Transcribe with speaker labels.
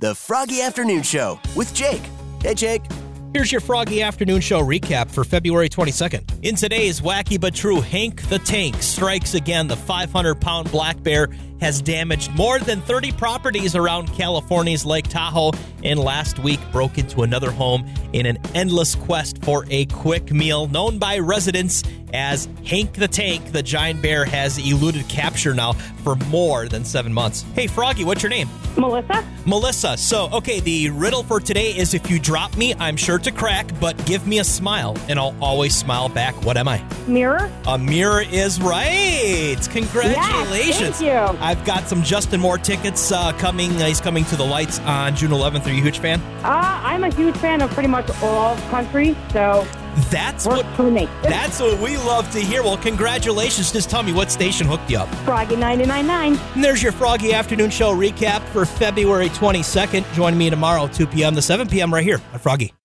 Speaker 1: The Froggy Afternoon Show with Jake. Hey, Jake.
Speaker 2: Here's your Froggy Afternoon Show recap for February 22nd. In today's wacky but true, Hank the Tank strikes again. The 500 pound black bear has damaged more than 30 properties around California's Lake Tahoe and last week broke into another home in an endless quest for a quick meal. Known by residents as Hank the Tank, the giant bear has eluded capture now for more than seven months. Hey, Froggy, what's your name?
Speaker 3: Melissa?
Speaker 2: Melissa, so okay, the riddle for today is if you drop me, I'm sure to crack, but give me a smile and I'll always smile back. What am I?
Speaker 3: Mirror?
Speaker 2: A mirror is right.
Speaker 3: Yes,
Speaker 2: Congratulations.
Speaker 3: thank you.
Speaker 2: I've got some Justin Moore tickets uh, coming. Uh, he's coming to the lights on June 11th. Are you a huge fan?
Speaker 3: Uh, I'm a huge fan of pretty much all country, so
Speaker 2: That's
Speaker 3: works
Speaker 2: what
Speaker 3: for me.
Speaker 2: that's what we love to hear. Well, congratulations. Just tell me what station hooked you up.
Speaker 3: Froggy 999.
Speaker 2: And there's your Froggy Afternoon Show recap for February 22nd. Join me tomorrow, 2 p.m. to 7 p.m. right here on Froggy.